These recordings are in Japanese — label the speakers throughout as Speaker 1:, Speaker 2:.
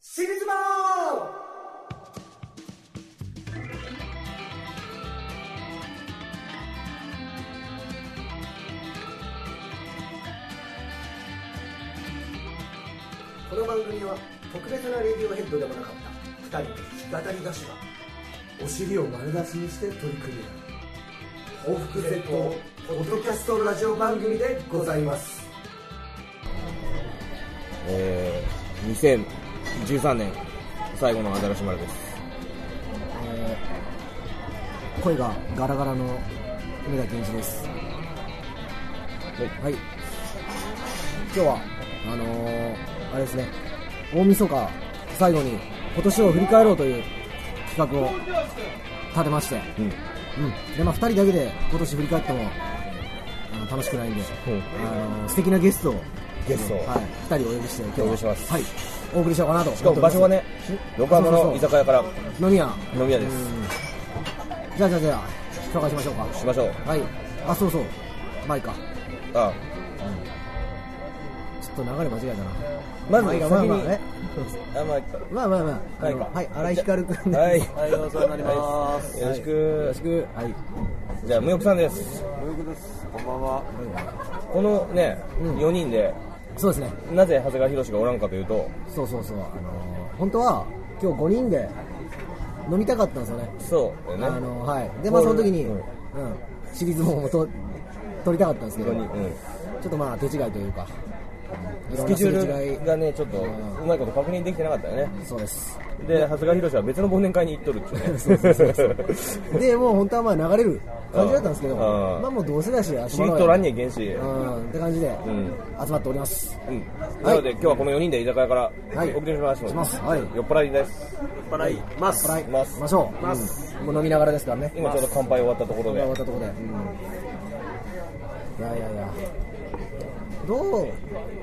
Speaker 1: シグズマこの番組は特別なレディオヘッドでもなかった2人の弾き語り合手がお尻を丸出しにして取り組み合う報復絶法ポッドキャストラジオ番組でございます
Speaker 2: えー、2013年最後のアザラシ丸です
Speaker 3: 声がガラガラの梅田健一です
Speaker 2: い
Speaker 3: はい今日はあのーあれですね大晦日最後に今年を振り返ろうという企画を立てまして、
Speaker 2: うん
Speaker 3: うんでまあ、2人だけで今年振り返ってもあの楽しくないんで、
Speaker 2: うん
Speaker 3: あのー素敵なゲストを
Speaker 2: ゲストを
Speaker 3: はい、2人お呼びして今日は
Speaker 2: お呼びします
Speaker 3: はい、お送りしようかなと
Speaker 2: しかも場所はね横浜の居酒屋から
Speaker 3: 飲み屋
Speaker 2: 飲み屋です
Speaker 3: うんじゃあじゃあじゃあ紹介しましょうか
Speaker 2: しましょう
Speaker 3: はいあそうそう前か
Speaker 2: あ
Speaker 3: ちょっと流れ間違えたな
Speaker 2: まず
Speaker 3: 前
Speaker 2: 先
Speaker 3: が
Speaker 2: に
Speaker 3: まあまあね
Speaker 2: あまあ
Speaker 3: まあまあまああ
Speaker 2: 前
Speaker 3: の
Speaker 2: か
Speaker 3: はい荒井光くん
Speaker 2: はい
Speaker 3: です
Speaker 2: はいお世話になりますよろしく
Speaker 3: よろしくはい
Speaker 2: じゃあムヨクさんですこのね、
Speaker 3: うん
Speaker 2: 4人で
Speaker 3: そうですね
Speaker 2: なぜ長谷川博がおらんかというと
Speaker 3: そうそうそうあのー本当は今日5人で飲みたかったんですよね
Speaker 2: そうだよね、
Speaker 3: あのーはいでまあその時に
Speaker 2: う
Speaker 3: うんんシリーズもと撮りたかったんですけど
Speaker 2: ここに
Speaker 3: ち
Speaker 2: うん
Speaker 3: ょっとまあ手違いというかいろ
Speaker 2: ス
Speaker 3: ん
Speaker 2: ケ
Speaker 3: な
Speaker 2: ジュ
Speaker 3: すれ違い
Speaker 2: ールがねちょっとうまいこと確認できてなかったよね
Speaker 3: そうです
Speaker 2: で長谷川博は別の忘年会に行っとるっていう ね
Speaker 3: そうそうそう そうでもう本当はまあ流れる感じだったんですけど
Speaker 2: うんうん
Speaker 3: まあもうどうせだし
Speaker 2: 知
Speaker 3: 足
Speaker 2: りとらんにゃいけんし、
Speaker 3: うんって感じで
Speaker 2: ん
Speaker 3: 集まっております
Speaker 2: うん、なので、今日はこの4人で居酒屋から
Speaker 3: はい
Speaker 2: お送りします,、
Speaker 3: しますはい
Speaker 2: 酔っ払いです
Speaker 1: バラいます
Speaker 3: はい
Speaker 2: ま
Speaker 3: ますしょうますもう飲みながらですからね
Speaker 2: 今ちょうど乾杯終わったところ
Speaker 3: 終
Speaker 2: で
Speaker 3: わったところでうんいやいやいやどう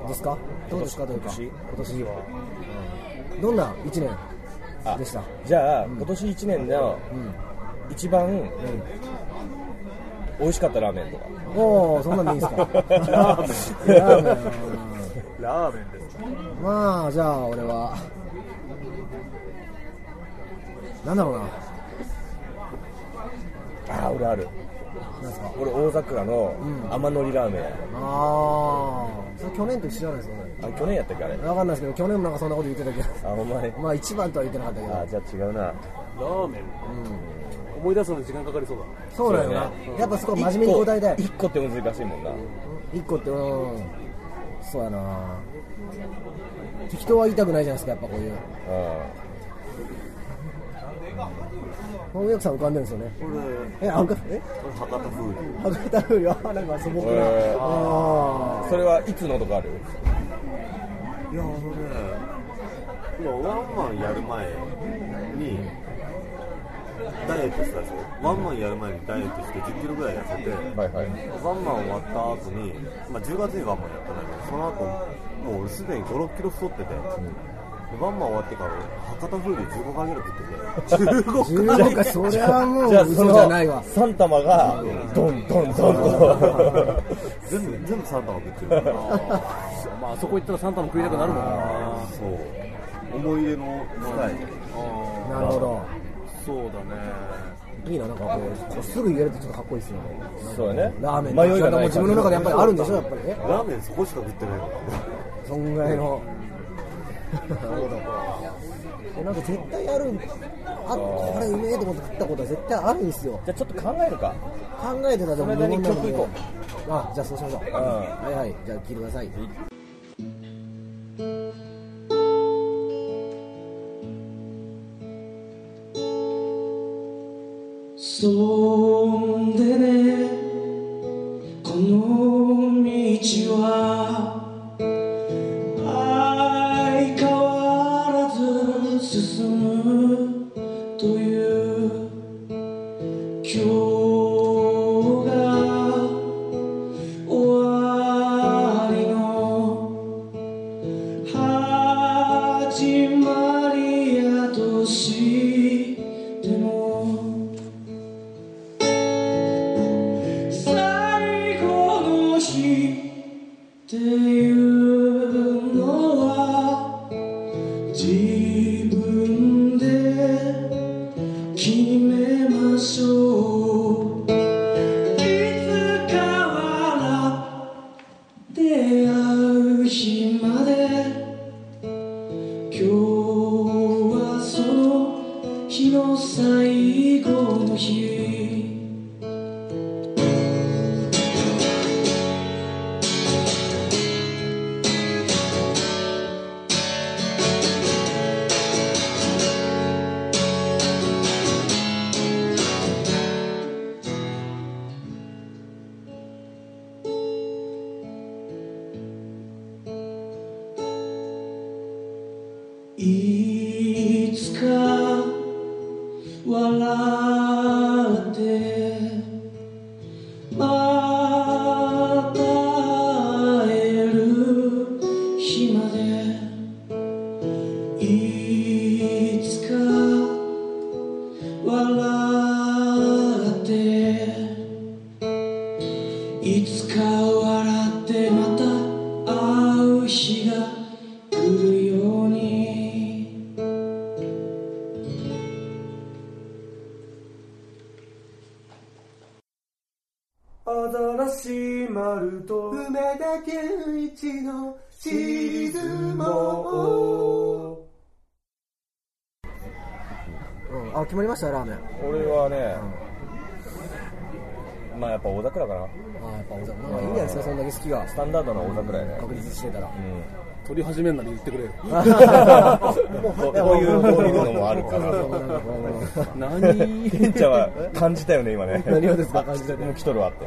Speaker 3: ですかどうですかというか
Speaker 2: 今
Speaker 3: 今年はうんどんな一年でした
Speaker 2: じゃあ、今年1年の
Speaker 3: うん
Speaker 2: 一番、美味しかったラーメンとか
Speaker 3: おおそんなんでいいんすか
Speaker 2: ラーメン
Speaker 3: ラーメン
Speaker 1: ラーメンです
Speaker 3: まあじゃあ俺はなんだろうな
Speaker 2: ああ俺ある
Speaker 3: なんですか
Speaker 2: 俺大桜の
Speaker 3: うん
Speaker 2: 甘のりラーメン、
Speaker 3: ああそれ去年と一緒じゃないですかね
Speaker 2: あ去年やったっけあれ
Speaker 3: 分かんないですけど去年もなんかそんなこと言ってたけ
Speaker 2: あお前
Speaker 3: どまあ一番とは言ってなかったけ
Speaker 2: あ
Speaker 3: ど
Speaker 2: じゃあ違うな
Speaker 4: ラーメン、思い出すのに時間かかりそうだ
Speaker 3: そうだよなやっぱそこは真面目に答えたい
Speaker 2: 1個って難しいもんな
Speaker 3: 一個ってうんそうやな適当は言いたくないじゃないですかやっぱこういう翻訳さん浮かんでるんですよね
Speaker 4: これ
Speaker 3: えあ浮かんえ
Speaker 4: これ博多風
Speaker 3: 博多風よあなんか素朴な、
Speaker 2: えー
Speaker 3: あ
Speaker 2: うんそれはいつのとかある
Speaker 4: いやあのね今ワンマンやる前にダイエットしたでしょワンマンやる前にダイエットして1 0キロぐらい痩せて、
Speaker 2: はいはい
Speaker 4: ワンマン終わった後に、まあ、10月にワンマンやったんだけどその後もう俺すでに5 6キロ太ってて、でワンマン終わってから博多風で15回ぐらい食ってて15
Speaker 3: あ15回それはもう嘘じゃないわ
Speaker 2: 3玉がドンドンドンと
Speaker 4: 全部全部3玉食ってるから
Speaker 1: まああそこ行ったらサンタも食いたくなるもんな
Speaker 4: そう思い出の深い
Speaker 3: なるほど
Speaker 1: そうだね
Speaker 3: いいな、なんかこう、こうすぐ言えるとちょっとかっこいいですね。
Speaker 2: そうだね
Speaker 3: ラーメン
Speaker 2: 迷いがない
Speaker 3: もう自分の中でやっぱりあるんでしょ、やっぱりね。
Speaker 4: ラーメンそこしか食ってないから
Speaker 3: そんぐらい の。なるほど。なんか絶対ある、あ、これうめえと思って食ったことは絶対あるんですよ。
Speaker 2: じゃあちょっと考えるか
Speaker 3: 考えてたらでも
Speaker 2: その間に
Speaker 3: 無言なので
Speaker 2: 曲行こ
Speaker 3: あ、じゃあそうしましょう。はいはい、じゃあ聞いてください。
Speaker 5: そんでねこの道は相変わらず進むという今日が終わりの始まりやとしても最後の日っていうのは自最後の日いつか笑ってまた会える日までいつか笑っていつか笑ってまた会う日が来るように
Speaker 1: アザラシマルと梅田健一のシリーズも
Speaker 3: うん、あ決まりましたラーメン
Speaker 2: 俺はね、まあやっぱ大桜かな
Speaker 3: あやっぱおざまあいいんじゃないですかそんだけ好きが
Speaker 2: スタンダードな大桜やね、
Speaker 3: 確立してたら
Speaker 6: 撮り始めるなら言ってくれよ。
Speaker 2: こうこういうこういうのもあるから
Speaker 6: 何
Speaker 2: ケンちゃんは感じたよね今ね
Speaker 3: 何をですか感じてて
Speaker 2: もう来とるわって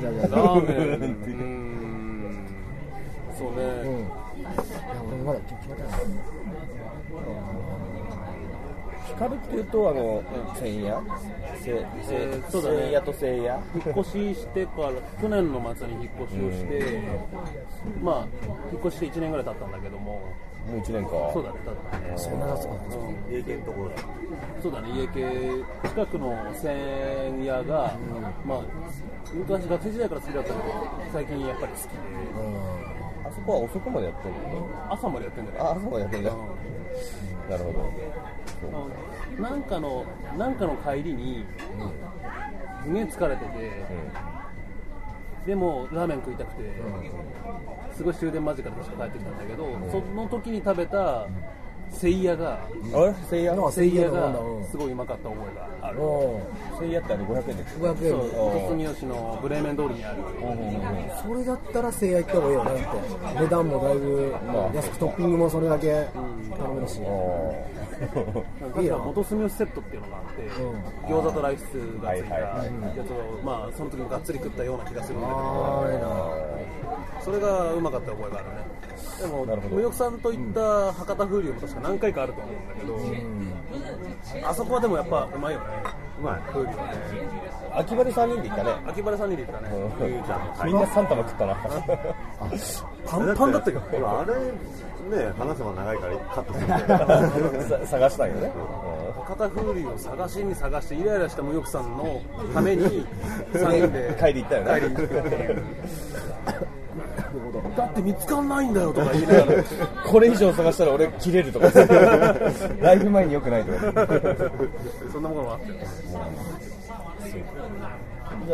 Speaker 3: じゃあじゃあじゃあ
Speaker 6: ラーメン。うーん。そう
Speaker 3: う
Speaker 6: ね。
Speaker 3: んいや俺まだ決まってない
Speaker 2: 光っていうとあの千夜せ
Speaker 6: えー
Speaker 2: せ
Speaker 6: そうだね
Speaker 2: 千夜と千夜
Speaker 6: 引っ越ししてから、去年の末に引っ越しをして、まあ、引っ越して1年ぐらい経ったんだけども、
Speaker 2: もう一年か
Speaker 6: そうだね、経ったね。
Speaker 3: そんなだそうなんです
Speaker 6: うん
Speaker 4: 家系のところだ
Speaker 6: そうだね家系近くの千屋が、まあ昔学生時代から好きだったけど最近やっぱり好きで
Speaker 2: あそこは遅くまでやってるの
Speaker 6: 朝までやってんだ
Speaker 2: あ
Speaker 6: よ
Speaker 2: 朝までやってるんだなるほ
Speaker 6: ねうんなんかのなんかの帰りに、すげえ疲れてて、でもラーメン食いたくて、すごい終電間近で確か帰ってきたんだけど、その時に食べた千屋が
Speaker 2: どあれ千夜
Speaker 3: なんか
Speaker 6: 千
Speaker 3: 千
Speaker 6: 屋
Speaker 3: 円のなんだ
Speaker 6: が
Speaker 3: うん
Speaker 6: すごいうまかった覚えがある
Speaker 3: おー
Speaker 2: 千夜ってあれ500円でしょ
Speaker 3: 500
Speaker 6: そう
Speaker 3: 円
Speaker 6: 鳥栖三好のブレーメン通りにある
Speaker 3: それだったら制約行った方がいいよねだって値段もだいぶ安くトッピングもそれだけ頼めるし、
Speaker 6: 確か元住吉セットっていうのがあって、餃子とライスがついた
Speaker 2: はいは
Speaker 6: や
Speaker 2: い
Speaker 6: つを、まあ、その時もがっつり食ったような気がするんだけ
Speaker 3: あ
Speaker 6: ど、
Speaker 3: れな
Speaker 6: それがうまかった覚えがあるね。でも、
Speaker 2: なるほど
Speaker 6: 無欲さんと行った博多風流も確か何回かあると思うんだけど、あそこはでもやっぱうまいよね、
Speaker 4: うまい
Speaker 6: 風流はね。
Speaker 2: 秋葉で3人で行ったね
Speaker 6: 秋葉さんにで行ったね。
Speaker 4: ゆうちゃ
Speaker 2: み
Speaker 4: んの会
Speaker 2: んな3玉食 ったな
Speaker 6: パンパンだったけどね。
Speaker 4: 今あれね話せば長いからカットす る
Speaker 2: さ探したんよね
Speaker 6: 博多風流を探しに探してイライラした無欲さんのために3人で
Speaker 2: 帰り行ったよね
Speaker 6: 帰りに行くっていうだって見つかんないんだよとか言いなが ら
Speaker 2: これ以上探したら俺切れるとか ライブ前によくないとか
Speaker 6: そんなものもあったよ
Speaker 2: じゃあ
Speaker 3: じ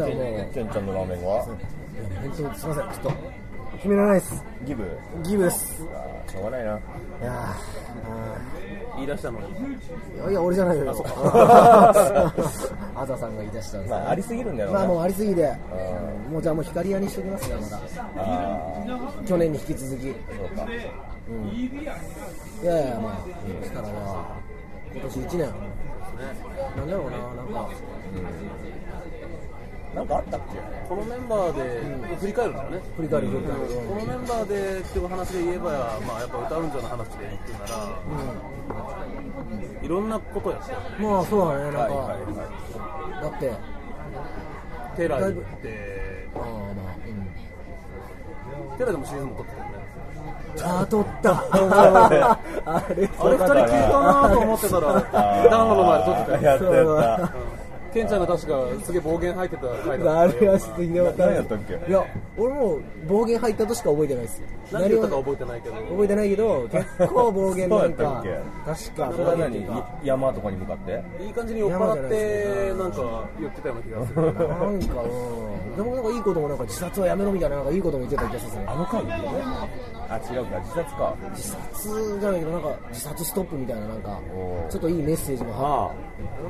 Speaker 3: ゃあも
Speaker 2: ケンちゃんのラーメンは
Speaker 3: う本当にすいませんちょっと決められないです
Speaker 2: ギブ
Speaker 3: ギブです
Speaker 2: あーしょうがないない
Speaker 3: や
Speaker 6: 言い出したのに
Speaker 3: ーいやいや俺じゃないよ
Speaker 6: そっか
Speaker 3: あざさんが言い出したんです
Speaker 2: まあありすぎるんだよ
Speaker 3: まあもう
Speaker 2: な
Speaker 3: ありすぎてもうじゃあもう光屋にしときますねま
Speaker 2: あ
Speaker 3: だ去年に引き続きい
Speaker 2: ーそうか
Speaker 3: やいやまあしたらまあ今年1年なんだろうななんか
Speaker 2: なんかあったっけ
Speaker 6: このメンバーで振り返るんだよね
Speaker 3: 振り返る状態で
Speaker 6: このメンバーでっていう話で言えば、まあ、やっぱ歌うんじゃの話で言ってなら、いろんなことやったよね
Speaker 3: まあそうだねなんか、
Speaker 2: はいはいはい
Speaker 3: だって
Speaker 6: テラ行って
Speaker 3: ああまあうん
Speaker 6: テラでもシーズンも撮ってたよね
Speaker 3: じゃあ取った あれ
Speaker 6: あれ2人消えたなと思ってたら暖炉の前で撮ってたよ
Speaker 2: やったやった
Speaker 6: ケンちゃんが確かすげえ暴言吐いてた回だった
Speaker 3: あれはちょっとひどかった
Speaker 2: 何やったっけ
Speaker 3: いや俺もう暴言入ったとしか覚えてないですよ
Speaker 6: 何言った
Speaker 3: 何
Speaker 6: か
Speaker 3: を
Speaker 6: 覚えてないけど
Speaker 3: 覚えてないけど結構暴言なんか
Speaker 2: そうやっ
Speaker 3: 確か
Speaker 2: それは
Speaker 3: 暴言って
Speaker 2: 何
Speaker 3: いうか
Speaker 2: い山とかに向かって
Speaker 6: いい感じに酔っ払ってなんか言ってたような気がする
Speaker 3: なんかうんでもなんかいいこともなんか自殺はやめろみたいななんかいいことも言ってた気がするんですよ
Speaker 2: あの回あ違うか自殺か
Speaker 3: 自殺じゃないけどなんか自殺ストップみたいななんか
Speaker 2: おー
Speaker 3: ちょっといいメッセージがは
Speaker 4: ああなん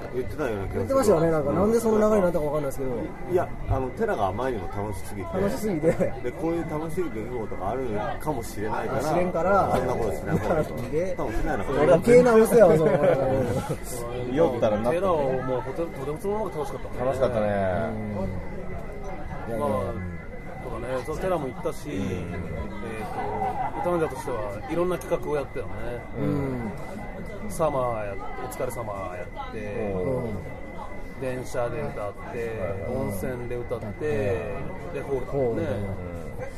Speaker 4: か言ってたような気がする
Speaker 3: 言ってましたよねなんかなんでその流れになったかわかんないですけど
Speaker 4: いやあのテラがあまりにも楽しすぎて
Speaker 3: 楽しすぎて
Speaker 4: でこういう楽しい出来事があるかもしれないから
Speaker 3: あ知れんから
Speaker 4: そんなことしない方がいいと
Speaker 3: なんで
Speaker 4: 多分しないのかな
Speaker 3: 余計なお世話をそのなんかうん
Speaker 2: 酔ったらなった
Speaker 6: テラをもうとてとてもその方が楽しかった
Speaker 2: 楽しかったね
Speaker 3: いやい
Speaker 6: ま
Speaker 3: や
Speaker 6: あとかねそうテラも行ったし、えー、と歌うんじゃとしてはいろんな企画をやってたよね、
Speaker 3: うん
Speaker 6: サマーやお疲れ様やって、
Speaker 2: うん
Speaker 6: 電車で歌って、温泉で歌って、でホー
Speaker 3: ほう
Speaker 6: ル
Speaker 3: みたい
Speaker 6: ね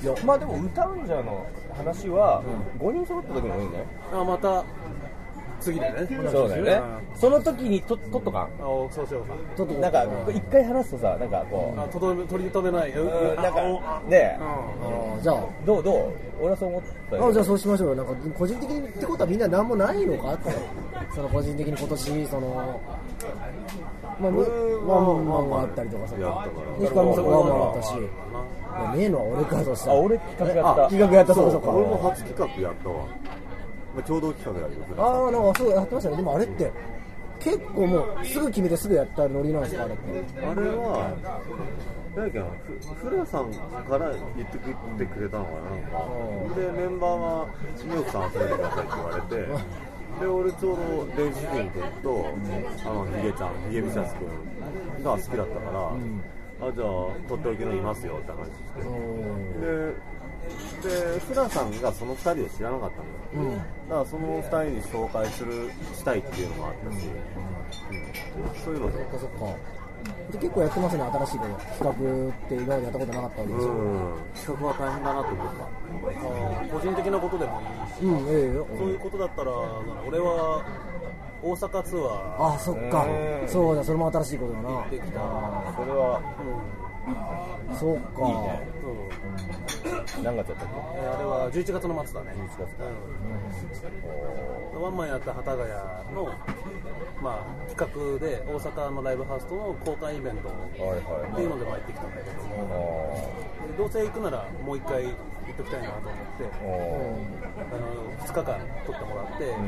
Speaker 3: な、
Speaker 2: いやまあでも歌うんじゃの話は5人揃った時の方がいいね
Speaker 6: あまた次でね
Speaker 2: そうだよねその時にととっとかん
Speaker 6: あおそうしようか
Speaker 3: ちょっと
Speaker 2: なんか一回話すとさなんかこ
Speaker 6: あとどめ取り留めない、う
Speaker 2: ううんなん
Speaker 6: あお
Speaker 2: かね
Speaker 3: あーじゃあ
Speaker 2: どうどう俺はそう思ったよ
Speaker 3: あじゃあそうしましょうよなんか個人的にってことはみんな何もないのかってその個人的に今年そのまあむワンマンもあったりとかさ
Speaker 4: やったから
Speaker 3: 西川も
Speaker 6: そ
Speaker 3: そ
Speaker 6: こ
Speaker 3: こ
Speaker 6: は
Speaker 3: ワンマンあったしい
Speaker 6: ま
Speaker 3: やねえのは俺かとした
Speaker 2: あ
Speaker 3: ら
Speaker 2: 俺企画やった
Speaker 3: あ企画やった
Speaker 4: そ
Speaker 3: そううそうか
Speaker 4: 俺も初企画やったわ、まあ、共同企画やるよ
Speaker 3: ああなんかそうやってましたねでもあれって結構もうすぐ決めてすぐやったノリなんですかあれって
Speaker 4: あれは何やっけなふフラさんから言ってくってくれたのかななんかでメンバーは「ミオさん集めてください」って言われてで俺ちょうど電子君君とあのヒゲちゃんヒゲビシャス君が好きだったから、あじゃあとっておきのいますよって話してででフラさんがその2人を知らなかったのよ、だからその2人に紹介するしたいっていうのもあったし、うんそういうので
Speaker 3: そっかそっかで結構やってますね新しいこと企画って今までやったことなかったわけでしょ
Speaker 4: うん企画は大変だなと思った
Speaker 6: あ個人的なことでもいいし
Speaker 3: うんええよ
Speaker 6: そういうことだったら俺は大阪ツアー
Speaker 3: あそっか
Speaker 2: うん
Speaker 3: そうだそれも新しいことだ
Speaker 6: できた、
Speaker 3: な
Speaker 2: それは
Speaker 3: そうか
Speaker 2: いいね
Speaker 6: うん
Speaker 2: 何月だったっ
Speaker 6: えーあれは11月の末だね
Speaker 2: 11月か
Speaker 6: うんワンマンやった幡ヶ谷の、まあ、企画で大阪のライブハウスとの交換イベント
Speaker 2: けはい
Speaker 6: っていうのでまあ行ってきたんだけどでどうせ行くならもう一回行っときたいなと思って
Speaker 2: あーお
Speaker 6: あの2日間撮ってもらって、
Speaker 2: ーうん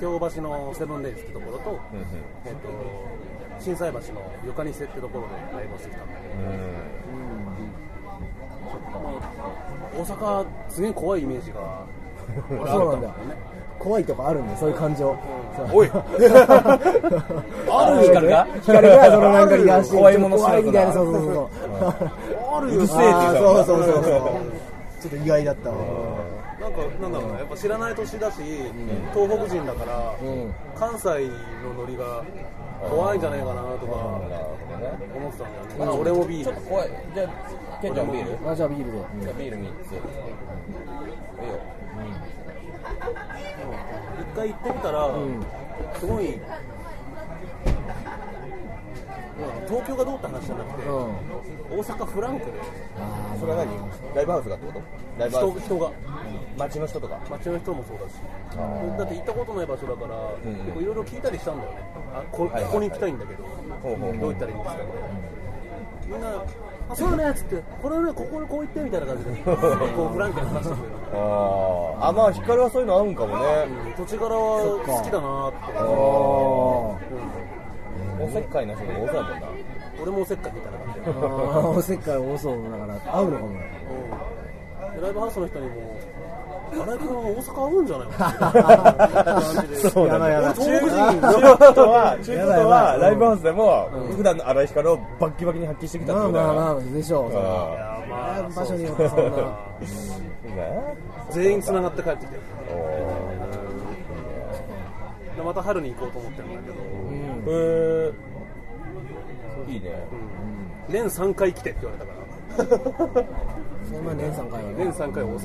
Speaker 6: 京橋のセブンレイズってところと,、
Speaker 2: うん
Speaker 6: えっと心斎橋のよかにせってところでライブをしてきたんだけど
Speaker 2: うん
Speaker 6: 大阪すげえ怖いイメージが俺あった
Speaker 3: そうなん
Speaker 6: だ
Speaker 3: だ
Speaker 6: よ
Speaker 3: よ
Speaker 6: ね
Speaker 3: 怖いとかあるんだよそういう感情
Speaker 2: おい
Speaker 3: あ
Speaker 2: るよね
Speaker 3: 光が光がそのなんか東
Speaker 2: 怖いもの知
Speaker 3: 怖
Speaker 2: ら
Speaker 3: い
Speaker 2: ずな
Speaker 3: みたいなそうそうそうそう
Speaker 2: あるようるせえって言
Speaker 3: あ
Speaker 2: っ
Speaker 3: ー
Speaker 2: たもん
Speaker 3: そうそうそうそうちょっと意外だったわ
Speaker 6: なんかなんだろうなやっぱ知らない年だし、東北人だから、
Speaker 3: ん
Speaker 6: 関西のノリが怖いんじゃないかなとか
Speaker 2: なるほどね
Speaker 6: 思ってたんだよね、あ俺もビー
Speaker 2: ちょ
Speaker 6: ル
Speaker 2: っと怖い。じゃあ、ケンちゃんビール
Speaker 3: あじゃあビールで
Speaker 2: じゃあビール3つ。いいよ。
Speaker 6: 一回行ってみたら、すごい、うん東京がどうって話じゃなくて、
Speaker 3: うん
Speaker 6: 大阪フランクで
Speaker 3: あ
Speaker 2: それは何ライブハウスがってことライブハウ
Speaker 6: 人
Speaker 2: ス。
Speaker 6: 人が
Speaker 2: 街の人とか。
Speaker 6: 街の人もそうだしだって行ったことない場所だから、
Speaker 2: んうん
Speaker 6: 結構いろいろ聞いたりしたんだよねあこ
Speaker 2: はいはい
Speaker 6: ここに行きたいんだけど、
Speaker 2: ほうほうほう
Speaker 6: どう行ったらいいんですかみんなあそうよねっつってこれはねここにこう行ってみたいな 感じでこうフランクに話してくれる
Speaker 2: ああ。あ、まあ、光はそういうの合うんかもね。
Speaker 6: 土地柄は好きだなーって
Speaker 3: あ
Speaker 2: おせっかいな人が多そうだもんな。
Speaker 6: 俺もおせっかいみたいな感じで
Speaker 3: あーおせっかい多そうだから合うのかもね
Speaker 6: うんでライブハウスの人にも「荒井君は大阪合うんじゃない の?」って
Speaker 2: そうだね
Speaker 3: やばいやばい
Speaker 2: 中国人中国とは、中
Speaker 3: や
Speaker 2: 国
Speaker 3: ばい
Speaker 2: と
Speaker 3: や
Speaker 2: は
Speaker 3: ばい
Speaker 2: ライブハウスでも、普段の荒井光をバッキバキに発揮してきたって
Speaker 3: まあ
Speaker 2: ことだ
Speaker 3: まあ
Speaker 2: よ
Speaker 3: まあでしょうそれは
Speaker 6: まあ
Speaker 3: 場所によってそんな
Speaker 2: ね
Speaker 6: 全員つながって帰ってきてる
Speaker 2: おー
Speaker 6: でまた春に行こうと思ってるんだけど、
Speaker 2: へーいいね。
Speaker 6: 年3回来てって言われたから
Speaker 3: そんな年3回は
Speaker 6: 年
Speaker 3: ね
Speaker 6: 3回大阪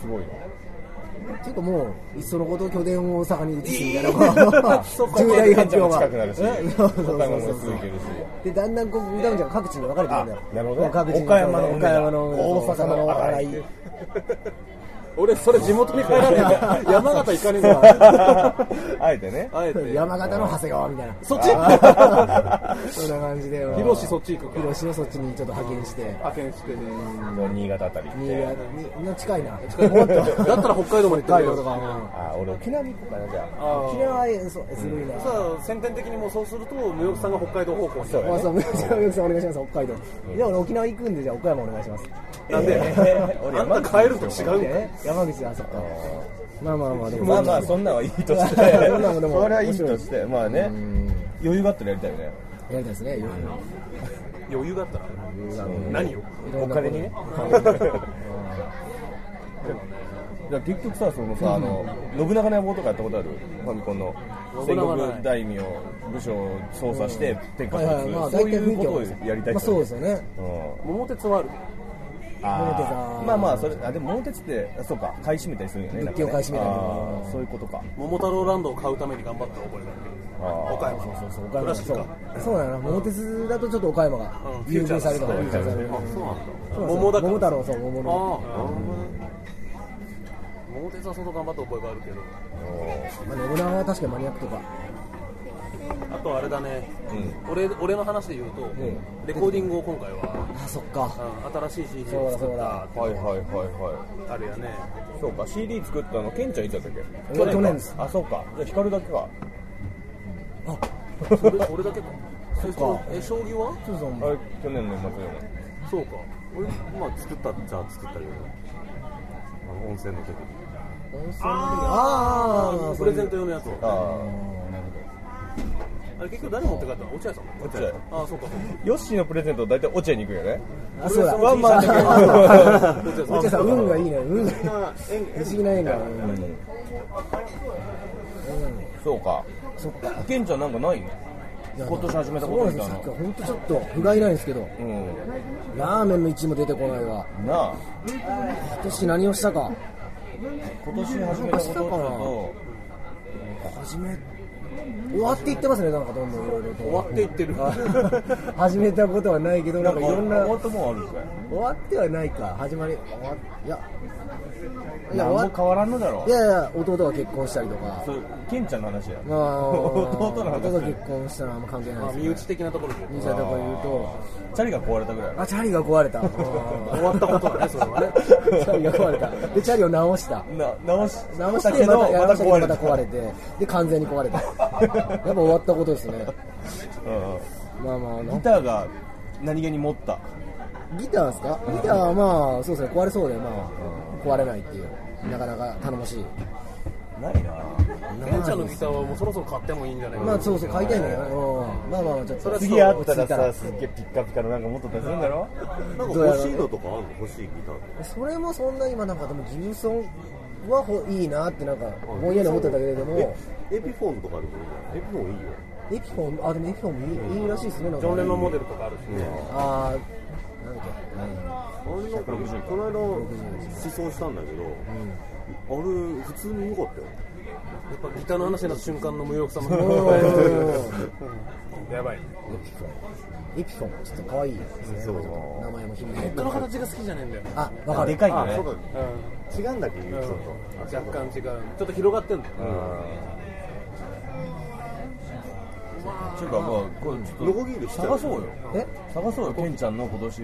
Speaker 2: すごいな。
Speaker 3: 結構もういっそのこと拠点を大阪に移すみたいな重大発表
Speaker 2: も
Speaker 3: は
Speaker 2: 近くなるし、
Speaker 3: えそうそうそう
Speaker 2: 岡山も
Speaker 3: そう
Speaker 2: 続 けるし。
Speaker 3: でだんだんこうダウンじゃん各地に分かれてくるんだよ
Speaker 2: あなるほどね
Speaker 3: 各地に
Speaker 2: 岡山の梅田
Speaker 3: 岡山の梅田
Speaker 2: 大阪の
Speaker 3: 大
Speaker 2: 新
Speaker 3: 井
Speaker 2: 井
Speaker 6: 俺それ地元に帰らねえんだ山形行かねえんだ
Speaker 2: あえてね。
Speaker 6: あえて
Speaker 3: 山形の長谷川みたいな
Speaker 6: そっち
Speaker 3: そんな感じで
Speaker 6: 広志そっち行くか
Speaker 3: 広島そっちにちょっと派遣して
Speaker 6: 派遣してね
Speaker 2: 新潟あたり行っ
Speaker 3: 新
Speaker 2: て。
Speaker 3: 潟にの近いな
Speaker 6: だったら北海道まで行
Speaker 3: 北
Speaker 6: っ
Speaker 3: 海
Speaker 6: てみよ
Speaker 3: 道
Speaker 6: う
Speaker 3: とかうん
Speaker 2: あ、俺沖縄に行こうかな、じゃあ。
Speaker 6: あ
Speaker 3: 沖縄へそうえすごいな
Speaker 6: あさあ先天的にもうそうすると無欲さんが北海道方向に
Speaker 2: そう
Speaker 3: あ
Speaker 2: や
Speaker 3: そう、め
Speaker 2: ね。
Speaker 3: ちゃめちゃお願いします、北海道。じゃあ俺沖縄行くんで、じゃあ岡山お願いします。
Speaker 6: なんで、
Speaker 2: 俺
Speaker 6: あんた帰ると違
Speaker 3: で
Speaker 6: うんか
Speaker 3: ね、山口あそっか。まあまあまあ、でも。
Speaker 2: まあまあ、そんなんはいいとして。そ
Speaker 3: そんなんもでも
Speaker 2: れはいいとして。まあね。余裕があったらやりたいよね。
Speaker 3: やりたいですね、いろいろ
Speaker 6: 余裕があったら何を
Speaker 3: いろんなこと。
Speaker 2: 金にねいや結局さそのさあの信長の野望とかやったことあるファミコンの戦
Speaker 6: 長の野望
Speaker 2: 国大名武将を操作して天下
Speaker 3: はいはい、まあ
Speaker 2: 統
Speaker 3: 大体
Speaker 2: 一そうい
Speaker 3: 雰
Speaker 2: う
Speaker 3: 囲気は
Speaker 2: こと
Speaker 3: わ
Speaker 2: を
Speaker 3: かる
Speaker 2: やりたい
Speaker 3: まあそうです
Speaker 2: よ
Speaker 3: よね。
Speaker 2: うん
Speaker 6: 桃鉄はある
Speaker 2: あ
Speaker 3: 桃鉄は
Speaker 2: ーまあまあそれあでも桃鉄ってあそうか買い占めたりするよね
Speaker 3: 物件を買い占めたりとか
Speaker 2: あーそういうことか
Speaker 6: 桃太郎ランドを買うために頑張った覚えがある岡山の
Speaker 3: そう、岡
Speaker 6: 倉
Speaker 3: 山
Speaker 6: 敷
Speaker 3: そ
Speaker 6: か
Speaker 3: う。そうだな、桃鉄だとちょっと岡山が
Speaker 6: うん
Speaker 3: 優遇されるから、
Speaker 2: フ
Speaker 3: 優遇
Speaker 2: ューチ
Speaker 3: さ
Speaker 2: ャー
Speaker 3: れ
Speaker 2: ズ
Speaker 3: るから。
Speaker 6: そうなんだ
Speaker 3: そうそう
Speaker 6: 桃だから
Speaker 3: 桃太郎、そう、桃の。
Speaker 6: ああ桃鉄は相当頑張った覚えがあるけど
Speaker 3: まあ、信長は確かにマニアックとか。
Speaker 6: あとあれだね、俺俺の話で言うと、レコーディングを今回は、
Speaker 3: あ、そっか。
Speaker 6: うん新しい CD を作った
Speaker 2: はいはいはいは
Speaker 6: あれやね
Speaker 2: いそうか CD 作ったのケンちゃんいつだったっけ
Speaker 3: 去年か
Speaker 2: あそうかじゃあ光だけか
Speaker 6: それ 俺だけかそ
Speaker 3: っか
Speaker 6: え将棋は
Speaker 3: そうそう、
Speaker 2: あれ去年の年末だよね
Speaker 6: そうか俺まあ
Speaker 4: 作ったっちゃ作ったけどあの温泉の時に
Speaker 3: あーあー、
Speaker 6: プレゼント用のやつ
Speaker 2: あ
Speaker 6: をあれ結局誰持って帰ったの落合さん
Speaker 2: あ落合
Speaker 6: ああそうかそう
Speaker 2: ヨッシーのプレゼント大体落合に行くよね
Speaker 3: あ、そうだ。
Speaker 2: ワンマンだけ
Speaker 6: か落合
Speaker 3: 落合
Speaker 6: さ
Speaker 3: さ
Speaker 6: ん
Speaker 3: ん、運がいいね。運がいい。不思議な縁が。うん
Speaker 2: そうか
Speaker 3: そっか。
Speaker 2: ケンちゃんなんかないの今年始めたことみ
Speaker 3: そうなんで
Speaker 2: たい
Speaker 3: すよさ
Speaker 2: な
Speaker 3: っきは本当ちょっと不甲斐ないんですけど
Speaker 2: うん
Speaker 3: ラーメンの1位も出てこないわ
Speaker 2: なあ
Speaker 3: 今年何をしたか
Speaker 2: 今年始めたことだと
Speaker 3: 始め終わっていってますねなんかどんどんいろいろと
Speaker 6: 終わっていってる
Speaker 3: 始めたことはないけどな
Speaker 2: なん
Speaker 3: ん
Speaker 2: か
Speaker 3: か
Speaker 2: い
Speaker 3: い
Speaker 2: ろ
Speaker 3: ろ
Speaker 2: ん
Speaker 3: ん
Speaker 2: な
Speaker 3: な
Speaker 2: 終わっ
Speaker 3: 終
Speaker 2: たもんあるんかい
Speaker 3: わってはないか始まり終わいやいや
Speaker 2: 何
Speaker 3: 終
Speaker 2: も
Speaker 3: わ
Speaker 2: 変わらんのだろ
Speaker 3: いやいや弟が結婚したりとか
Speaker 2: それケンちゃんの話や
Speaker 3: ま あ
Speaker 2: 弟の話
Speaker 3: 弟が結婚したのはあんま関係ない
Speaker 6: まあ
Speaker 3: です
Speaker 6: 身内的なところで
Speaker 3: 兄ちゃんとか言うと
Speaker 2: チャリが壊れたぐらいやろ
Speaker 3: あチャリが壊れた
Speaker 6: 終
Speaker 3: 終
Speaker 6: わったことだねそれはね
Speaker 3: チャリが壊れたでチャリを直した
Speaker 2: な直し
Speaker 3: 直し
Speaker 2: だ
Speaker 3: て
Speaker 2: け
Speaker 3: ま
Speaker 2: ど
Speaker 3: たや
Speaker 2: ま
Speaker 3: ら
Speaker 2: た
Speaker 3: せてま
Speaker 2: 壊
Speaker 3: た
Speaker 2: れた
Speaker 3: 壊れてで完全に壊れたやっぱ終わったことですね
Speaker 2: うん
Speaker 3: まあまあ
Speaker 2: ギ
Speaker 3: な
Speaker 2: ターが何気に持った
Speaker 3: ギターですかギターはまあそうですね壊れそうでまあ壊れないっていうなかなか頼もしい
Speaker 2: ないな
Speaker 6: ケンちゃんのギターはもうそろそろ買ってもいいんじゃないかな
Speaker 3: まあそうそう買いたいんだけどうんまあまあまあちょっと
Speaker 2: 次会った
Speaker 3: 落ち
Speaker 2: ら
Speaker 3: 着いたら
Speaker 2: さすっげえピッカピカのなんか持っとったりするんだろ
Speaker 4: なんか欲しいのとかあるの欲しいギターとか
Speaker 3: それもそんな今なんかでもギブソンはほいいなってなんかぼんやり思ってたけれども
Speaker 4: エピフォンとかでもいいんじゃないエピフォンいいよ
Speaker 3: エピフォンあでもエピフォンもいいいいらしいですねなん
Speaker 6: ジョン・レノン
Speaker 3: か
Speaker 6: モデルとかあるしね
Speaker 3: ああなんだっけ
Speaker 4: あれなんかこの間試奏したんだけど、あれ普通に良かったよ
Speaker 6: やっぱギターの話になった瞬間の無欲さも やばい
Speaker 3: エピフォン、ちょっと可愛いですね。
Speaker 4: そ
Speaker 3: ちょ
Speaker 4: う
Speaker 3: っと名前も響いて
Speaker 6: ネットの形が好きじゃねえんだよ
Speaker 3: あ、わかる。
Speaker 2: でかいよ
Speaker 4: あ
Speaker 2: ね
Speaker 4: そうだ違うんだっけど、ちょっと
Speaker 6: 若干違うちょっと広がってんだよ
Speaker 2: ちょっとまあこれちょ
Speaker 4: ノ
Speaker 2: っ
Speaker 4: コギリ
Speaker 2: と
Speaker 4: しちゃう
Speaker 2: 探そうよ
Speaker 3: え
Speaker 2: 探そうよケンちゃんの今年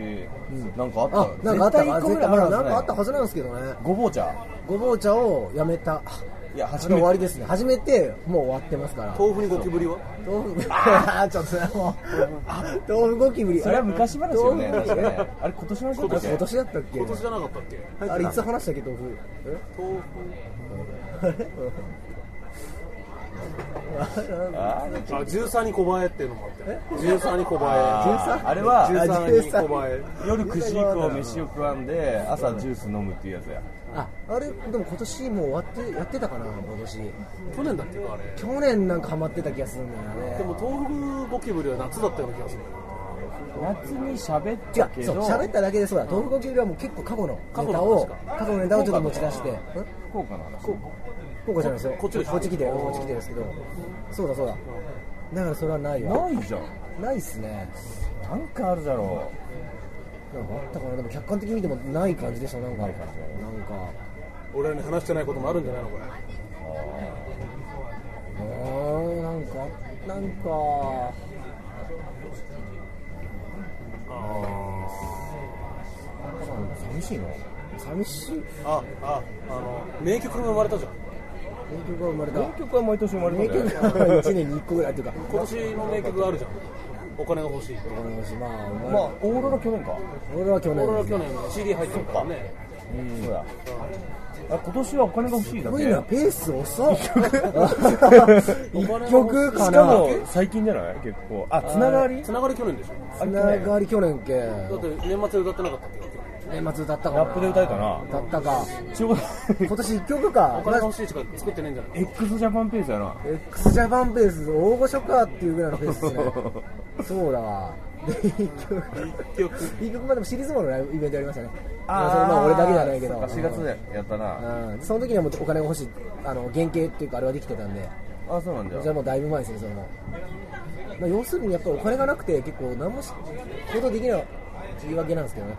Speaker 2: なんかあった
Speaker 3: あ、なんかあった
Speaker 2: 絶対一個
Speaker 3: 絶
Speaker 2: ぐら
Speaker 3: 対
Speaker 2: いある
Speaker 3: なん
Speaker 2: はず
Speaker 3: かあった
Speaker 2: ない
Speaker 3: はずなんですけどね。
Speaker 2: ごぼう茶
Speaker 3: ごぼう茶をやめた。
Speaker 2: いや
Speaker 3: あ
Speaker 2: 初
Speaker 3: の
Speaker 2: め
Speaker 3: 終わり
Speaker 2: て
Speaker 3: ですね。初めて、もう終わってますから。
Speaker 6: 豆腐にゴキブリは
Speaker 3: 豆腐、 あーちょっとそれはもう、豆腐ゴキブリ。
Speaker 2: それは昔話よね
Speaker 3: 豆腐
Speaker 2: 確かねあれ今年の話だ
Speaker 3: あ
Speaker 2: っ
Speaker 3: 今
Speaker 2: たっ
Speaker 3: 年だったっけ
Speaker 6: 今年じゃなかったっけ
Speaker 3: あれ、いつ話したっけ、豆腐。
Speaker 6: 豆腐あ13に小映えっていうのもあって13に小
Speaker 2: けあれは
Speaker 6: 映え
Speaker 3: あ
Speaker 6: 13に小映え
Speaker 2: 夜9時以降飯を食わんで朝ジュース飲むっていうやつや
Speaker 3: あ、あれ、でも今年もう終わって、やってたかな、今年。
Speaker 6: 去年だっけかあれ
Speaker 3: 去年なんかハマってた気がするんだよね。
Speaker 6: でも豆腐ゴキブリは夏だったような気がするんだよ
Speaker 4: と
Speaker 2: 夏に喋っ
Speaker 3: 違
Speaker 2: たけ
Speaker 3: う、
Speaker 2: ど
Speaker 3: そう、喋っただけでそうだ。東北十秒はもう結構過去のネタを、過去のネタをちょっと持ち出して、ん
Speaker 2: 福岡の話
Speaker 3: ここじゃないですよ。こ
Speaker 6: っちです
Speaker 3: こっち来て、こっち来てですけど、そうだそうだ。だからそれはないわ。
Speaker 2: ないじゃん
Speaker 3: ないっすね。
Speaker 2: なんかあるだろ
Speaker 3: なんかあったかな、でも客観的に見てもない感じでした、なんか。なんか、
Speaker 6: 俺らに話してないこともあるんじゃないのこれ
Speaker 3: うーん、なんか、なんか、寂しいの寂しい
Speaker 6: あああの名曲も生まれたじゃん
Speaker 3: 名曲が生まれた
Speaker 2: う名曲は毎年生まれ
Speaker 3: 名
Speaker 2: てる
Speaker 3: 曲が1年に1個ぐらいっていうか
Speaker 6: 今年の名曲があるじゃんお金が欲しい
Speaker 3: この年まあ、
Speaker 2: まあオーロラ去年か
Speaker 3: 俺は去
Speaker 6: 俺は
Speaker 3: 年
Speaker 6: 去年 CD 入ってるからね
Speaker 2: うんそうだあ今年はお金が欲しいだ
Speaker 3: すご
Speaker 2: け
Speaker 3: いなペース遅い
Speaker 6: お金
Speaker 3: 一
Speaker 6: が欲
Speaker 3: 曲
Speaker 6: し
Speaker 3: か
Speaker 2: しか
Speaker 3: な
Speaker 2: も最近じゃない結構あつながり
Speaker 6: いつながり去年でしょ
Speaker 3: つながり去年け
Speaker 6: だって年末で歌ってなかったっけ
Speaker 3: 年末歌ったかな
Speaker 2: ラップで歌えたな
Speaker 3: 歌ったか
Speaker 2: ちょう
Speaker 3: 今年1曲
Speaker 6: お
Speaker 3: か
Speaker 6: 金が欲しいしか作ってないんじゃない
Speaker 2: x ジャパンペースやな
Speaker 3: x ジャパンペース大御所かっていうぐらいのペース ですねそうだわで1曲1曲までもシリーズものライブイベントやりましたねまあそれまあ俺だけじゃないけど
Speaker 2: そっか4月でやったな
Speaker 3: うん、その時にはもうお金が欲しいあの原型っていうかあれはできてたんで
Speaker 2: あそうなんだ
Speaker 3: それはもうだいぶ前ですねそれも、まあ、要するにやっぱお金がなくて結構何もし行動できない言い訳なんです けどね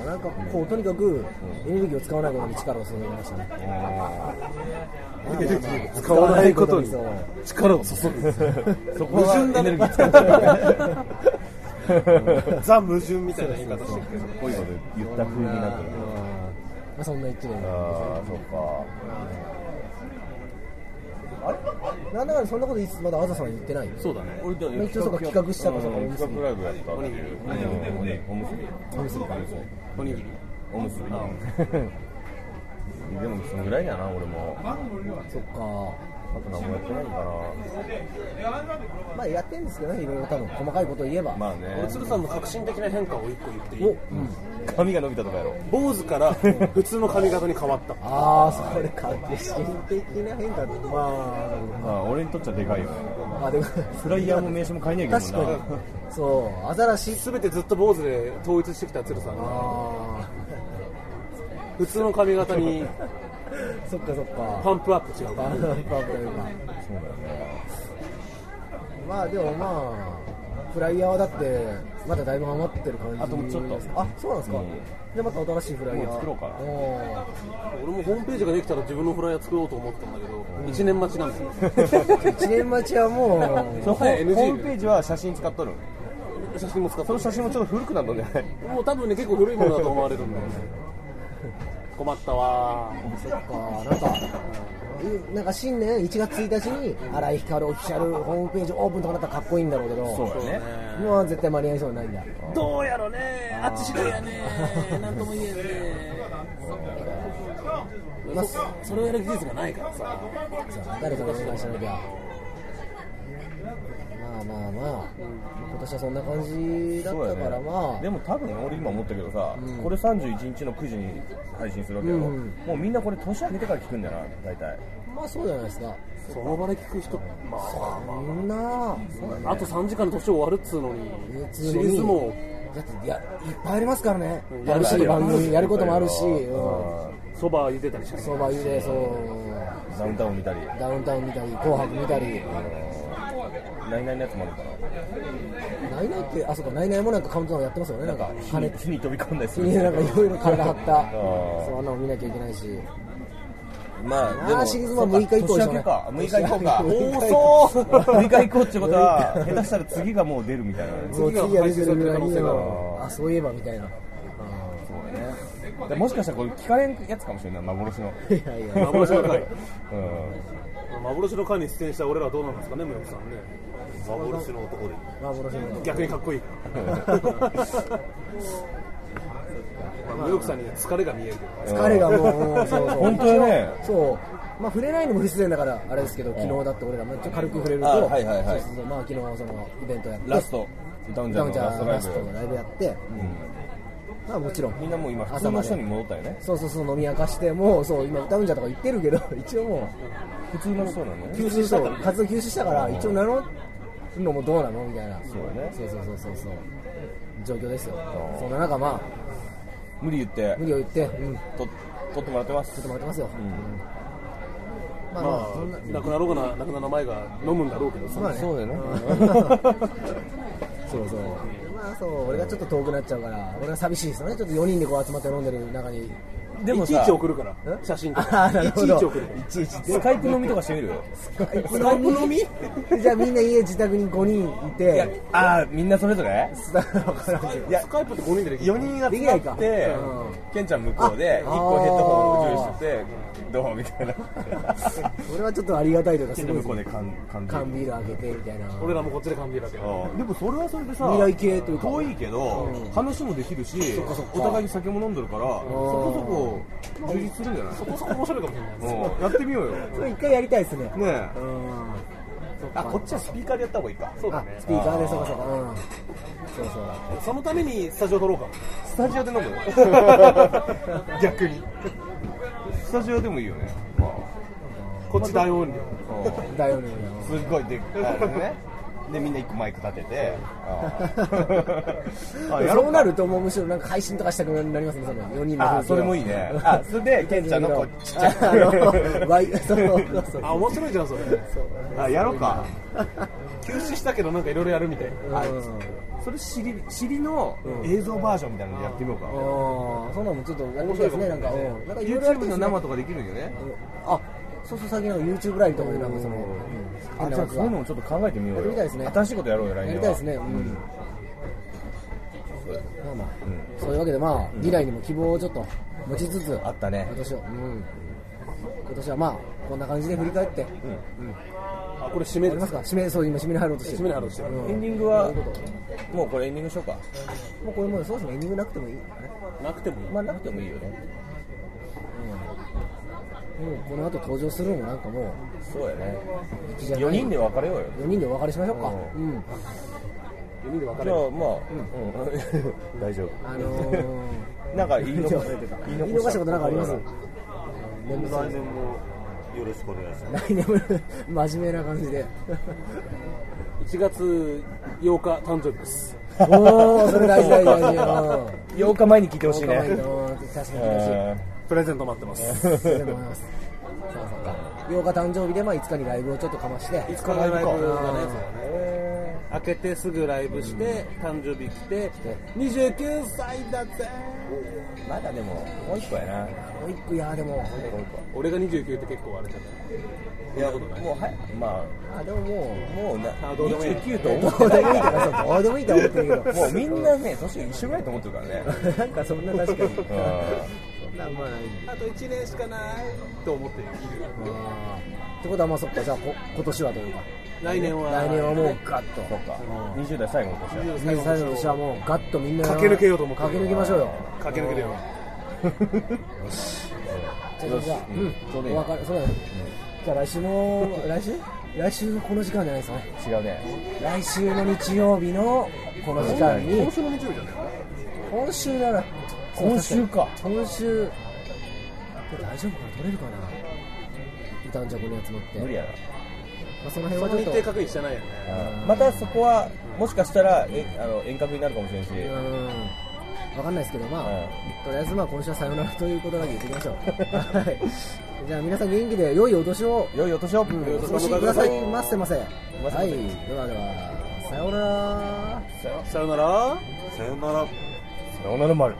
Speaker 3: うんなんかこうとにかくエネルギーを使わないことに力を注ぎましたね
Speaker 6: 使わないことに
Speaker 3: そう
Speaker 6: 力を注 ぐ
Speaker 2: そこはエネルギー使っちゃう
Speaker 6: ザ矛盾みたいな言い方してるけど
Speaker 2: こういうこと言った風になってる
Speaker 3: うんまあ、そんな一年
Speaker 2: ああそう
Speaker 3: なんだかんだそんなこといつまだあざさんは言ってない
Speaker 6: そうだね
Speaker 2: か
Speaker 3: ね一応そうか企画したの
Speaker 2: うん
Speaker 3: そのおむすび
Speaker 2: 企画ライブやったっていううんおにぎりおむすび
Speaker 3: おむすびか
Speaker 2: おにぎりおむすびでもそのぐらいだな俺もあ
Speaker 3: そっか
Speaker 2: と何もやってないか
Speaker 3: まあやってんですけどねいろいろ多分細かいことを言えば、
Speaker 2: らまあね
Speaker 6: 俺鶴さんの革新的な変化を一個言ってい
Speaker 3: お
Speaker 6: い
Speaker 2: 髪が伸びたとかやろ
Speaker 6: 坊主から普通の髪型に変わった
Speaker 3: ああそれか心的な変化ま
Speaker 2: まあ俺にとっちゃでかいよね
Speaker 3: ああでも
Speaker 2: フライヤーも名刺も買えねえけどな
Speaker 3: 確かにそうアザラシ
Speaker 6: 全てずっと坊主で統一してきた鶴さんが
Speaker 3: あ
Speaker 6: 普通の髪型に
Speaker 3: あそっかそっか
Speaker 6: パンプアップ違 うか
Speaker 3: バ
Speaker 6: ら
Speaker 3: ーナーパープというか
Speaker 2: そうだよね
Speaker 3: まあでもまあフライヤーはだってまだだいぶ余ってる感じ
Speaker 2: あともうちょっと
Speaker 3: あそうなんですか、
Speaker 2: うん
Speaker 3: でまた新しいフライヤー
Speaker 2: もう作ろうかな
Speaker 3: お
Speaker 6: 俺もホームページができたら自分のフライヤー作ろうと思ったんだけど、1年待ちなんですよ
Speaker 3: ー一年待ちはもう
Speaker 2: そのホー
Speaker 6: NG
Speaker 2: ホームページは写真使っとるん
Speaker 6: 写真も使って
Speaker 2: その写真もちょっと古くなったんじゃない
Speaker 6: もう多分ね結構古いものだと思われるんだ よね困ったわ
Speaker 3: そっかなんかうんなんか新年1月1日に新井光オフィシャルホームページオープンとかなったらかっこいいんだろうけど
Speaker 2: そうだよね
Speaker 3: 今は絶対間に合いそうにないんだ
Speaker 6: どうやろねあっち次第や ねなんとも言えんねそそれをやる技術がないからさ
Speaker 3: 誰かにお願いしなきゃまあまあまあ今年はそんな感じだ
Speaker 2: そう
Speaker 3: っ
Speaker 2: だ
Speaker 3: たから
Speaker 2: よ
Speaker 3: ま
Speaker 2: ね、
Speaker 3: あ
Speaker 2: でも多分俺今思ったけどさ、これ31日の9時に配信するわけよ、
Speaker 3: うん
Speaker 2: もうみんなこれ年明けてから聞くんだな大体
Speaker 3: まあそうじゃないですか
Speaker 6: その場で聞く人まあ
Speaker 3: そんな
Speaker 6: あと3時間で年終わるっつうのにシリーズも
Speaker 3: だっていやいっぱいありますからね
Speaker 6: うん
Speaker 3: 楽しい番組やることもあるし
Speaker 2: うん
Speaker 6: そば茹でたりしない
Speaker 3: そば湯でそう
Speaker 2: ダウンタウン見たり
Speaker 3: ダウンタウン見たり紅白見たり
Speaker 2: ナイナイのやつもあるから
Speaker 3: ないないってあそうかないないもなんかカウントダウンやってますよねなんか
Speaker 2: 火
Speaker 3: 金
Speaker 2: に 火に飛び込んだりする
Speaker 3: になんかいろいろ体張った
Speaker 2: ー
Speaker 3: そうあんなの見なきゃいけないし
Speaker 2: まあで
Speaker 3: あ
Speaker 2: も
Speaker 3: ーシリーズも6日以降で
Speaker 2: そう
Speaker 3: しょうね
Speaker 2: か年明けか6日以降 か
Speaker 3: 年明け
Speaker 2: 多そう6日以 降ってこと は下手したら次がもう出るみたいな
Speaker 3: もう次が出てるぐらい
Speaker 6: 次が配信されてる可
Speaker 3: のあそういえばみたいな
Speaker 2: そうだねだからもしかしたらこれ聞かれんやつかもしれない幻 の
Speaker 3: いやいや
Speaker 6: 幻の回
Speaker 2: うん
Speaker 6: 幻の会に出演した俺らはどうなんですかね村木さんね
Speaker 4: 幻の男で
Speaker 3: 幻の男
Speaker 6: 逆にかっこいい 村木さんに疲れが見える
Speaker 3: 疲れがもう、そうそう。
Speaker 2: 本当よね
Speaker 3: そう。まあ、触れないのも不自然だから、あれですけど、昨日だって俺ら、まあ、ちょっと軽く触れると、
Speaker 2: あはいはいはい
Speaker 3: そうそうそうまあ、昨日、その、イベントやって、
Speaker 2: ラストダウンジ
Speaker 3: ダ
Speaker 2: ャ
Speaker 3: ウ
Speaker 2: ー
Speaker 3: ンジ
Speaker 2: の
Speaker 3: ャ
Speaker 2: ラス
Speaker 3: ー
Speaker 2: ト
Speaker 3: ラ
Speaker 2: ライ
Speaker 3: ストの
Speaker 2: ブ
Speaker 3: ライブやって、まあ、もちろん。
Speaker 2: みんなもう今普通の人に
Speaker 3: 朝まで
Speaker 2: 戻ったよね
Speaker 3: そうそうそう、飲み明かして、もう、そう、今、ダウンジャーとか言ってるけど、一応も
Speaker 2: 普通の人なの
Speaker 3: う、吸収したから、活動休止したから、一応名乗っのもどうなのみたいな
Speaker 2: そうだね
Speaker 3: そうそうそうそうそう状況ですよそんな中ま
Speaker 2: 無理言って
Speaker 3: あ無理を言ってうん
Speaker 2: と取ってもらってます
Speaker 3: 止まってますよ、うんまあまあ
Speaker 6: ま
Speaker 3: そんな
Speaker 6: あ、なくなろうがな、なくなる前が飲むんだろうけどさ、
Speaker 3: まあね
Speaker 2: そうだよね
Speaker 3: そうそうまあそう俺がちょっと遠くなっちゃうから俺は寂しいですよねちょっと4人でこう集まって飲んでる中に
Speaker 2: でも
Speaker 6: い
Speaker 2: さ
Speaker 6: ちいち送るから、
Speaker 3: え
Speaker 6: 写真と
Speaker 3: あ
Speaker 6: か
Speaker 3: ーなる
Speaker 6: い
Speaker 3: ほ
Speaker 6: ち
Speaker 3: ど
Speaker 6: いち送るから。
Speaker 2: いちいちスカイプ飲みとかしてみる
Speaker 3: スカイプ飲みじゃあみんな家自宅に5人い
Speaker 2: いや
Speaker 3: て
Speaker 2: ああみんなそれぞれ
Speaker 3: スタッフ分からんけど
Speaker 2: いや
Speaker 6: スカイプって5人でできる
Speaker 2: 4人集まっ
Speaker 3: できない
Speaker 2: て
Speaker 3: かうん
Speaker 2: ケンちゃん向こうで
Speaker 3: あ
Speaker 2: 1個ヘッドホンを用意しててどうもみたいな
Speaker 3: 俺はちょっとありがたいというか
Speaker 2: ケ
Speaker 3: す
Speaker 2: ンちゃ
Speaker 3: ご
Speaker 2: ん
Speaker 3: いで
Speaker 2: 向
Speaker 3: す
Speaker 2: こう
Speaker 3: ね
Speaker 2: で缶缶ビ
Speaker 3: 缶ビー
Speaker 2: ール
Speaker 3: ルあげてみたいな
Speaker 6: 俺らもこっちで缶ビールだけど。
Speaker 2: うんでもそれはそれでさ
Speaker 3: 未来系というか
Speaker 2: 遠いけど話もできるしお互いに酒も飲んでるからそこそこ充実するんじゃない
Speaker 6: そこそこ面白いかもしれないです。
Speaker 2: うんやってみようよ
Speaker 3: それ一回やりたいですね
Speaker 2: ね
Speaker 3: う
Speaker 2: え
Speaker 3: ん
Speaker 2: あこっちはスピーカーでやった方がいいか
Speaker 6: そうだ
Speaker 3: あ
Speaker 6: ね
Speaker 3: ス。ピーカーでそうかそうかうんそうそう
Speaker 6: そのためにスタジオ撮ろうかも。
Speaker 2: スタジオで飲む
Speaker 6: 逆に。
Speaker 2: スタジオでもいいよね
Speaker 6: こっち大音量。
Speaker 2: うん
Speaker 3: だよね
Speaker 2: すっごいでっかいのねでみんな一個マイク立てて あやろ
Speaker 3: そうなるともうむしろなんか配信とかしたくなりますねその4人の
Speaker 2: あそれもいいねあそれでケンちゃんのこうちっちゃい
Speaker 3: あのワイ そうそうそう
Speaker 6: あ、面白いじゃん、それ。
Speaker 2: あやろうか
Speaker 6: 休止したけど、なんかいろいろやるみたい。
Speaker 3: うんあ
Speaker 2: それ尻尻の映像バージョンみたいなのやってみようか
Speaker 3: ーそんなのもちょっとやってみたいですねなんかうんなんかいろいろやりた
Speaker 2: YouTube
Speaker 3: いですね
Speaker 2: の生とかできるんよね
Speaker 3: あそうそう最近なんか YouTube ライブとかでなんかそのうん
Speaker 2: あじゃあそういうのもちょっと考えてみようよ
Speaker 3: やりたいですね
Speaker 2: 新しいことやろうよ来年は
Speaker 3: やりたいですねうんまあまあそういうわけでまあ未来にも希望をちょっと持ちつつ
Speaker 2: あったね
Speaker 3: 今年をうん今年はまあこんな感じで振り返って
Speaker 6: あ、これ締
Speaker 3: や
Speaker 6: め
Speaker 3: り
Speaker 6: で。
Speaker 3: ますすか締めそう今締めに入ろうとして
Speaker 6: 締めに入ろうとしてる
Speaker 2: エンディングはもうこれエンディングしようか
Speaker 3: もうこれもうそうですねエンディングなくてもいい
Speaker 6: なくてもいい。
Speaker 2: まあなくてもいいよね
Speaker 3: もうこの後登場するのもなんかも
Speaker 2: そうやね
Speaker 3: う粋じゃない
Speaker 2: 4人で別れようよ
Speaker 3: 4人でお別れしましょうかうん
Speaker 6: 4人で別
Speaker 2: じ
Speaker 6: れ
Speaker 2: ゃ
Speaker 6: る。
Speaker 2: あまあ、うん大丈夫
Speaker 3: あのー
Speaker 2: なんか言い
Speaker 3: 言い
Speaker 2: 残
Speaker 3: 残したことなんかあります
Speaker 4: 来年もよろしくお願いします
Speaker 3: 来年も 真面目な感じで
Speaker 6: 1月8日誕生日です。
Speaker 3: おおそれ大事大事大事うん
Speaker 2: 8日前に聞いてほしいね
Speaker 3: 確かに確かに
Speaker 6: プレゼント待ってます。
Speaker 3: そうだと思いますそうそうか8日誕生日で、まあ、5日にライブをちょっとかまして
Speaker 6: いつからライブだね、開けてすぐライブして、誕生日来て、29歳だぜ
Speaker 2: まだでももう一個やな
Speaker 3: もう1個いやでも
Speaker 2: もう
Speaker 6: 俺が29って結構あれじゃない
Speaker 2: 一個いやもうはいま
Speaker 3: あでもも
Speaker 2: あもうな
Speaker 6: あどうでもいい
Speaker 2: 29
Speaker 3: うど
Speaker 2: と思
Speaker 3: う
Speaker 2: っ
Speaker 3: で
Speaker 2: て
Speaker 3: もいいと
Speaker 2: な
Speaker 3: かそうどうでもいいとは思ってるけ
Speaker 2: い
Speaker 3: ど
Speaker 2: もうみんなね年一緒ぐらいと思ってるからね
Speaker 3: なんかそんな確かに
Speaker 2: うん
Speaker 6: あと1年しかないと思っている。
Speaker 3: あーってことはまあそっかじゃあこ今年はというか
Speaker 6: 来年は、
Speaker 3: 来年はもうガッと
Speaker 2: そうか20代最後の年や
Speaker 3: 最後の年はもうガッとみんな
Speaker 6: 駆け抜けようと思って
Speaker 3: 駆け抜けましょうよ
Speaker 6: 駆け抜けるよ。
Speaker 3: じゃあじゃあ
Speaker 2: うんちょうどいい
Speaker 3: お別れそうだねじゃあ来週も来週来週のこの時間じゃないですかね
Speaker 2: 違うね
Speaker 3: 来週の日曜日のこの時間に
Speaker 6: 週の日曜日じゃない
Speaker 3: 今週だな
Speaker 2: 今週か
Speaker 3: 今週これ大丈夫かな取れるかな異端着のやつ持って
Speaker 2: 無理や
Speaker 3: まあ、その辺
Speaker 6: そ
Speaker 3: は
Speaker 6: の
Speaker 3: ち
Speaker 6: 日
Speaker 3: ょっ
Speaker 6: 程
Speaker 3: と
Speaker 6: 確認してないよね。
Speaker 2: なまたそこはもしかしたらえあの遠隔になるかもしれんし
Speaker 3: うーん分かんないですけどまあ、
Speaker 2: うん
Speaker 3: とりあえずまあ今週はさよならということだけ言っておきましょうはいじゃあ皆さん元気で良いお年を
Speaker 2: 良いお年を
Speaker 3: うんお過ご
Speaker 2: お
Speaker 3: し
Speaker 2: 迎え
Speaker 3: く
Speaker 2: く
Speaker 3: だ
Speaker 2: だ
Speaker 3: さ
Speaker 2: さい
Speaker 3: いませませは
Speaker 2: ませ
Speaker 3: いではではさようなら
Speaker 6: さよなら。
Speaker 4: さよなら
Speaker 2: さようなら丸